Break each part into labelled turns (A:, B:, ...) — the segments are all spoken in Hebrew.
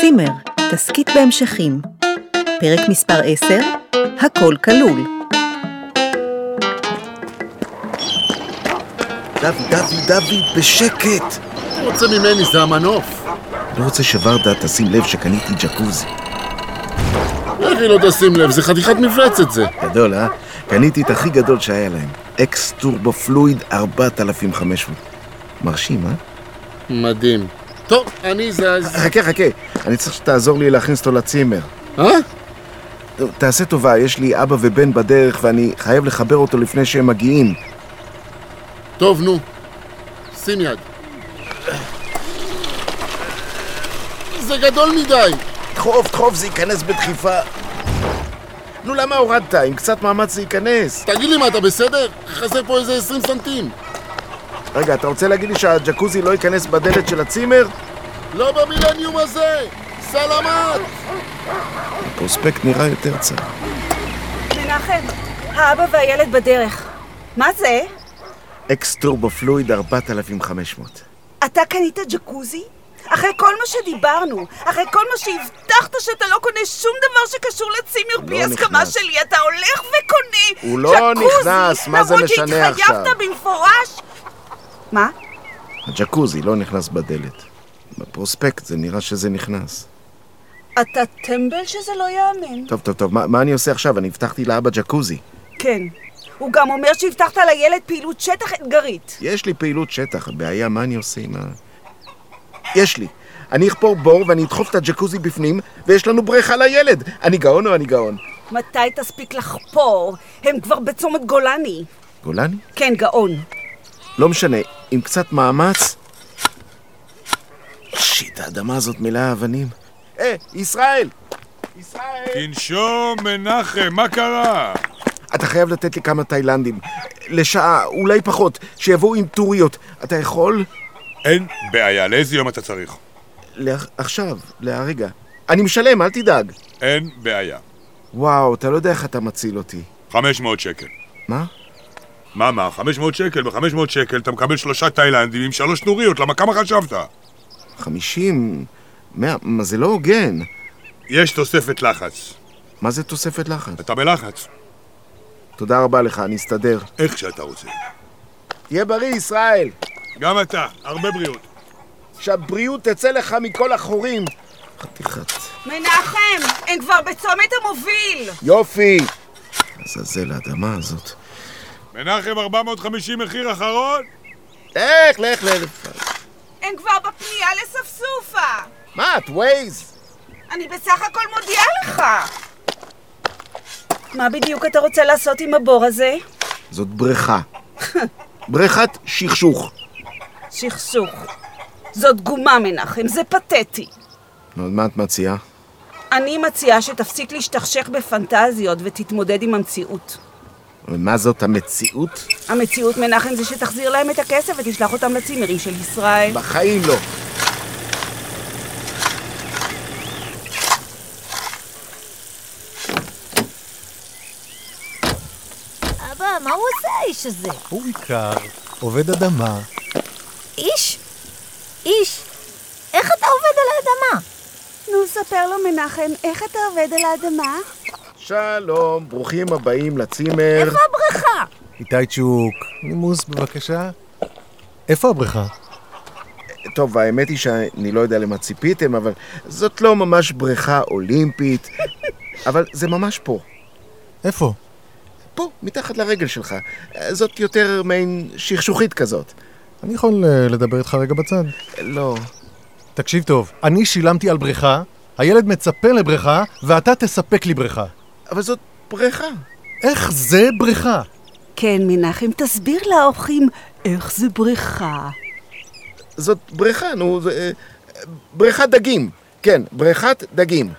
A: צימר, תסכית בהמשכים. פרק מספר 10, הכל כלול.
B: דוד, דוד, דוד, בשקט!
C: רוצה ממני זה המנוף.
B: לא רוצה שוורדה תשים לב שקניתי ג'קוזי.
C: איך היא לא תשים לב? זה חתיכת מפלצת זה.
B: גדול, אה? קניתי את הכי גדול שהיה להם. אקס טורבו פלואיד 4500. מרשים, אה?
C: מדהים. טוב, אני זז.
B: חכה, חכה. אני צריך שתעזור לי להכניס אותו לצימר.
C: אה?
B: טוב, תעשה טובה, יש לי אבא ובן בדרך ואני חייב לחבר אותו לפני שהם מגיעים.
C: טוב, נו. שים יד. זה גדול מדי.
B: דחוף, דחוף, זה ייכנס בדחיפה. נו, למה הורדת? עם קצת מאמץ זה ייכנס.
C: תגיד לי מה, אתה בסדר? חסר פה איזה 20 סנטים.
B: רגע, אתה רוצה להגיד לי שהג'קוזי לא ייכנס בדלת של הצימר?
C: לא במילניום הזה! סלמת!
B: הפרוספקט נראה יותר צר.
D: מנחם, האבא והילד בדרך. מה זה?
B: אקס טורבו פלואיד 4500.
D: אתה קנית ג'קוזי? אחרי כל מה שדיברנו, אחרי כל מה שהבטחת שאתה לא קונה שום דבר שקשור לצימר בלי הסכמה
B: לא נכנס.
D: שלי, אתה הולך וקונה
B: הוא לא
D: ג'קוזי,
B: נכנס, מה זה משנה
D: למרות
B: עכשיו?
D: שהתחייבת במפורש. מה?
B: הג'קוזי לא נכנס בדלת. בפרוספקט זה נראה שזה נכנס.
D: אתה טמבל שזה לא יאמן.
B: טוב, טוב, טוב, מה, מה אני עושה עכשיו? אני הבטחתי לאבא ג'קוזי.
D: כן. הוא גם אומר שהבטחת לילד פעילות שטח אתגרית.
B: יש לי פעילות שטח, הבעיה, מה אני עושה עם ה... יש לי. אני אכפור בור ואני אדחוף את הג'קוזי בפנים, ויש לנו בריכה לילד. אני גאון או אני גאון?
D: מתי תספיק לחפור? הם כבר בצומת גולני.
B: גולני?
D: כן, גאון.
B: לא משנה, עם קצת מאמץ... שיט, האדמה הזאת מלאה אבנים. אה, ישראל!
E: תנשום, מנחם, מה קרה?
B: אתה חייב לתת לי כמה תאילנדים. לשעה, אולי פחות, שיבואו עם טוריות. אתה יכול?
E: אין בעיה, לאיזה יום אתה צריך?
B: לאח... עכשיו, להרגע. אני משלם, אל תדאג.
E: אין בעיה.
B: וואו, אתה לא יודע איך אתה מציל אותי.
E: 500 שקל.
B: מה?
E: מה, מה, 500 שקל? ב-500 שקל אתה מקבל שלושה תאילנדים עם שלוש נוריות, למה כמה חשבת?
B: חמישים? מאה? מה, זה לא הוגן.
E: יש תוספת לחץ.
B: מה זה תוספת לחץ?
E: אתה בלחץ.
B: תודה רבה לך, אני אסתדר.
E: איך שאתה רוצה.
B: תהיה בריא, ישראל!
E: גם אתה, הרבה בריאות.
B: שהבריאות תצא לך מכל החורים! חתיכת
D: מנחם, הם כבר בצומת המוביל!
B: יופי! עזאזל האדמה הזאת.
E: מנחם 450 מחיר אחרון?
B: לך, לך, לך.
D: הם כבר בפנייה לספסופה!
B: מה, את ווייז?
D: אני בסך הכל מודיעה לך! מה בדיוק אתה רוצה לעשות עם הבור הזה?
B: זאת בריכה. בריכת שכשוך.
D: סכסוך. זו תגומה, מנחם, זה פתטי.
B: נו, אז מה את מציעה?
D: אני מציעה שתפסיק להשתכשך בפנטזיות ותתמודד עם המציאות.
B: ומה זאת המציאות?
D: המציאות, מנחם, זה שתחזיר להם את הכסף ותשלח אותם לצימרים של ישראל.
B: בחיים לא.
F: אבא, מה הוא עושה האיש הזה?
G: הוא איכר, עובד אדמה.
F: איש? איש? איך אתה עובד על האדמה?
D: נו, ספר לו, מנחם, איך אתה עובד על האדמה?
B: שלום, ברוכים הבאים לצימר.
F: איפה הבריכה?
G: איתי צ'וק, נימוס בבקשה. איפה הבריכה?
B: טוב, האמת היא שאני לא יודע למה ציפיתם, אבל זאת לא ממש בריכה אולימפית, אבל זה ממש פה.
G: איפה?
B: פה, מתחת לרגל שלך. זאת יותר מעין שכשוכית כזאת.
G: אני יכול אה, לדבר איתך רגע בצד.
B: לא.
G: תקשיב טוב, אני שילמתי על בריכה, הילד מצפה לבריכה, ואתה תספק לי בריכה.
B: אבל זאת בריכה.
G: איך זה בריכה?
D: כן, מנחם, תסביר לאורחים איך זה בריכה.
B: זאת בריכה, נו, זה... אה, בריכת דגים. כן, בריכת דגים.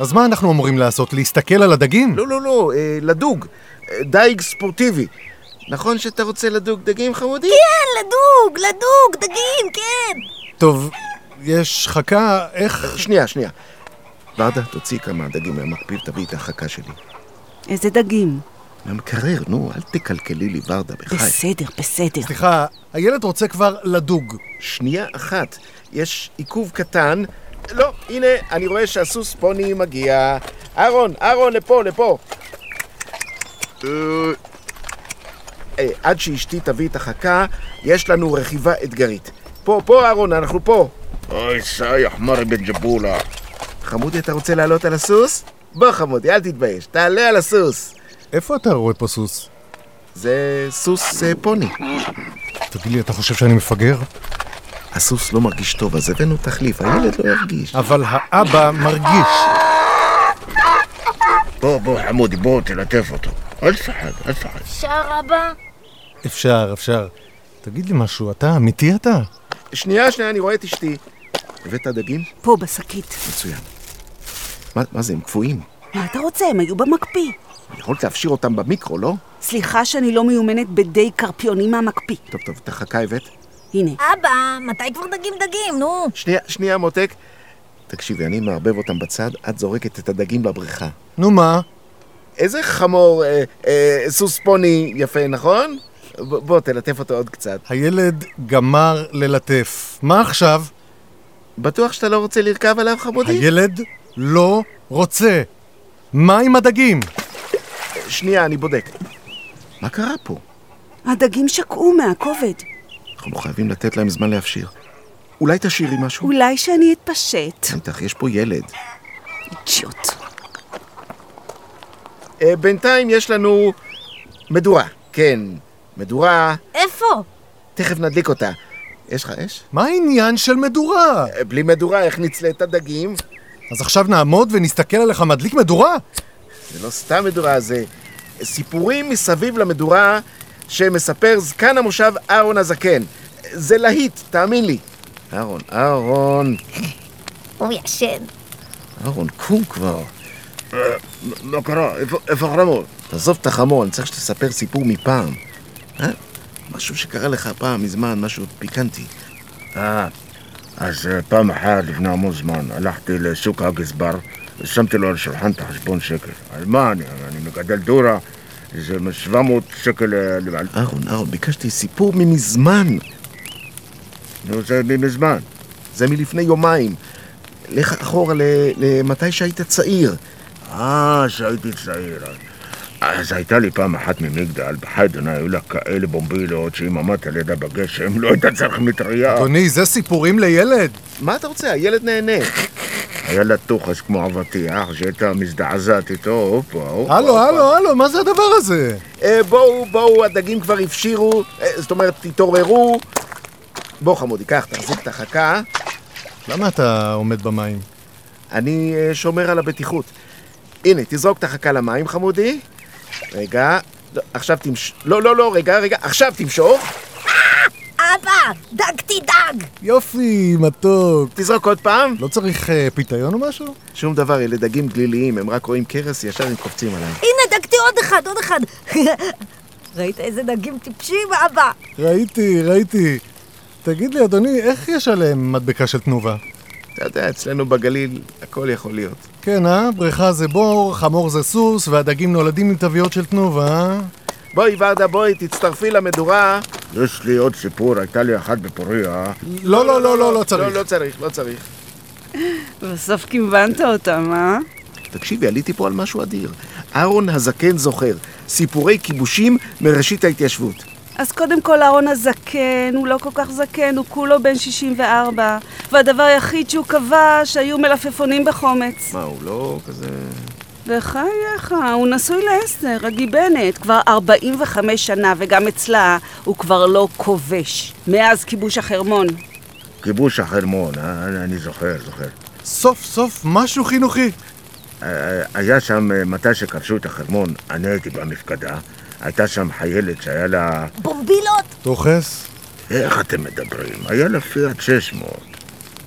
G: אז מה אנחנו אמורים לעשות? להסתכל על הדגים?
B: לא, לא, לא, אה, לדוג. אה, דייג ספורטיבי. נכון שאתה רוצה לדוג דגים חמודים?
F: כן, לדוג, לדוג, דגים, כן.
G: טוב, יש חכה, איך...
B: שנייה, שנייה. ורדה, תוציא כמה דגים מהמקפיא, תביאי את החכה שלי.
D: איזה דגים.
B: מהמקרר, נו, אל תקלקלי לי ורדה, בחייך.
D: בסדר, בסדר.
G: סליחה, הילד רוצה כבר לדוג.
B: שנייה אחת, יש עיכוב קטן, לא, הנה, אני רואה שהסוס פוני מגיע. אהרון, אהרון, לפה, לפה. אה, אה, עד שאשתי תביא את החכה, יש לנו רכיבה אתגרית. פה, פה, אהרון, אנחנו פה.
C: אוי, סאי, אחמרי בן ג'בולה.
B: חמודי, אתה רוצה לעלות על הסוס? בוא, חמודי, אל תתבייש, תעלה על הסוס.
G: איפה אתה רואה פה סוס?
B: זה סוס אה, פוני.
G: תגיד לי, אתה חושב שאני מפגר?
B: הסוס לא מרגיש טוב, אז הבאנו תחליף, הילד לא ירגיש.
G: אבל האבא מרגיש.
C: בוא, בוא, חמודי, בוא, תלטף אותו. אל תפחד, אל תפחד.
F: אפשר, אבא?
G: אפשר, אפשר. תגיד לי משהו, אתה אמיתי אתה?
B: שנייה, שנייה, אני רואה את אשתי. הבאת דגים?
D: פה בשקית.
B: מצוין. מה, מה זה, הם קפואים?
D: מה אתה רוצה? הם היו במקפיא.
B: יכולת להפשיר אותם במיקרו, לא?
D: סליחה שאני לא מיומנת בדי קרפיונים מהמקפיא.
B: טוב, טוב, את החכה הבאת?
D: הנה.
F: אבא, מתי כבר דגים דגים, נו?
B: שנייה, שנייה, מותק. תקשיבי, אני מערבב אותם בצד, את זורקת את הדגים לבריכה.
G: נו מה?
B: איזה חמור, אה, אה, סוס פוני יפה, נכון? ב- בוא, תלטף אותו עוד קצת.
G: הילד גמר ללטף. מה עכשיו?
B: בטוח שאתה לא רוצה לרכב עליו, חמודי?
G: הילד לא רוצה. מה עם הדגים?
B: שנייה, אני בודק. מה קרה פה?
D: הדגים שקעו מהכובד.
B: אנחנו חייבים לתת להם זמן להפשיר. אולי תשאירי משהו?
D: אולי שאני אתפשט.
B: בטח, יש פה ילד.
D: אידיוט.
B: אה, בינתיים יש לנו מדורה. כן, מדורה.
F: איפה?
B: תכף נדליק אותה. יש לך אש?
G: מה העניין של מדורה?
B: אה, בלי מדורה, איך נצלה את הדגים?
G: אז עכשיו נעמוד ונסתכל עליך מדליק מדורה?
B: זה לא סתם מדורה, זה סיפורים מסביב למדורה שמספר זקן המושב אהרון הזקן. זה להיט, תאמין לי. אהרון, אהרון,
F: הוא ישן.
B: אהרון, קום כבר.
C: מה אה, לא קרה? איפה- איפה החרמון?
B: תעזוב את החמור, אני צריך שתספר סיפור מפעם. אה? משהו שקרה לך פעם מזמן, משהו פיקנטי.
C: אה, אז אה, פעם אחת לפני המון זמן הלכתי לשוק הגזבר ושמתי לו על השולחן את החשבון שקל. על מה אני? אני מגדל דורה, זה מ- 700 שקל אה, לבעל...
B: אהרון, אהרון, ביקשתי סיפור ממזמן.
C: נו, זה מזמן.
B: זה מלפני יומיים. לך אחורה ל- למתי שהיית צעיר.
C: אה, שהייתי צעיר. אז הייתה לי פעם אחת ממגדל, בחיידן היו לה כאלה בומבילות שאם עמדת לידה בגשם לא היית צריך מטריה.
G: אדוני, זה סיפורים לילד.
B: מה אתה רוצה? הילד נהנה.
C: היה לה תוכס כמו אבטיח שהייתה מזדעזעת איתו, הופה, הופה.
G: הלו, הלו, הלו, מה זה הדבר הזה?
B: אה, בואו, בואו, הדגים כבר הפשירו, אה, זאת אומרת, תתעוררו. בוא חמודי, קח, תחזיק את החכה.
G: למה אתה עומד במים?
B: אני אה, שומר על הבטיחות. הנה, תזרוק את החכה למים, חמודי. רגע, לא, עכשיו תמש... לא, לא, לא, רגע, רגע, עכשיו תמשוך.
F: אבא, דגתי דג!
G: יופי, מתוק.
B: תזרוק עוד פעם.
G: לא צריך אה, פיתיון או משהו?
B: שום דבר, אלה דגים גליליים, הם רק רואים קרס, ישר הם קופצים עליי.
F: הנה, דגתי עוד אחד, עוד אחד. ראית איזה דגים טיפשים, אבא?
G: ראיתי, ראיתי. תגיד לי, אדוני, איך יש עליהם מדבקה של תנובה?
B: אתה יודע, אצלנו בגליל הכל יכול להיות.
G: כן, אה? בריכה זה בור, חמור זה סוס, והדגים נולדים עם תוויות של תנובה, אה?
B: בואי, ורדה, בואי, תצטרפי למדורה.
C: יש לי עוד סיפור, הייתה לי אחת בפוריה.
G: לא, לא, לא, לא, לא
B: לא,
G: צריך.
B: לא צריך, לא צריך.
D: בסוף כיוונת אותם, אה?
B: תקשיבי, עליתי פה על משהו אדיר. אהרון הזקן זוכר, סיפורי כיבושים מראשית ההתיישבות.
D: אז קודם כל, אהרון הזקן, הוא לא כל כך זקן, הוא כולו בן 64. והדבר היחיד שהוא כבש, היו מלפפונים בחומץ.
B: מה, הוא לא כזה...
D: בחייך, הוא נשוי לאסתר, הגיבנת, כבר 45 שנה, וגם אצלה הוא כבר לא כובש. מאז כיבוש החרמון.
C: כיבוש החרמון, אה, אני זוכר, זוכר.
G: סוף סוף משהו חינוכי.
C: אה, היה שם, אה, מתי שכבשו את החרמון, אני הייתי במפקדה, הייתה שם חיילת שהיה לה...
F: בומבילות!
G: תוכס.
C: איך אתם מדברים? היה לה פיאט 600.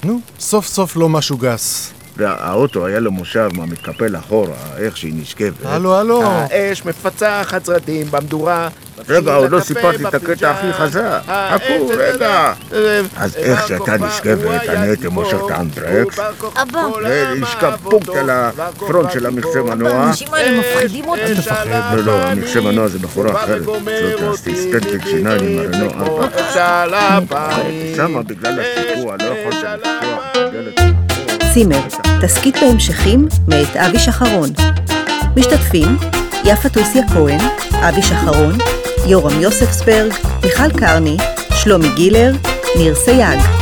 G: נו, סוף סוף לא משהו גס.
C: והאוטו היה לו מושב מהמתקפל אחורה, איך שהיא נשכבת.
G: הלו, הלו.
B: אה,
C: אה,
B: האש מפצה חצרתים במדורה.
C: רגע, עוד לא
B: הקפה,
C: סיפרתי את
B: בפיג'מה.
C: הקטע הכי חזק.
B: האש,
C: חכו,
B: זה, זה,
C: רגע.
B: זה, זה.
C: אז איך שהייתה
B: בר-כוכבא,
C: נשכבת,
B: הוא היה
C: אני הייתי
B: גיבור.
C: מושך את האנדרקס.
B: הוא בר-כוכבא,
F: אבא.
B: כל העם
C: השקפוקט
B: אהב
C: על
B: אותו.
C: הפרונט של המכסה
B: גיבור.
C: מנוע.
F: האנשים האלה מפחידים אותי.
B: אש על
C: לא, לא,
B: הפנים,
C: המכסה מנוע זה בחורה
B: בא
C: אחרת.
B: וגומר
C: זאת
B: אותי,
C: האסיסטנטית שיניים עם
B: דידי,
C: הרנו ארבע.
B: אש על הפנים.
C: שמה בגלל הסיפור, לא יכולת לפתוח.
A: צימר, תסכית בהמשכים מאת אבי שחרון. משתתפים יפה תוסיה כהן, אבי שחרון, יורם יוספסברג, מיכל קרני, שלומי גילר, ניר סייג.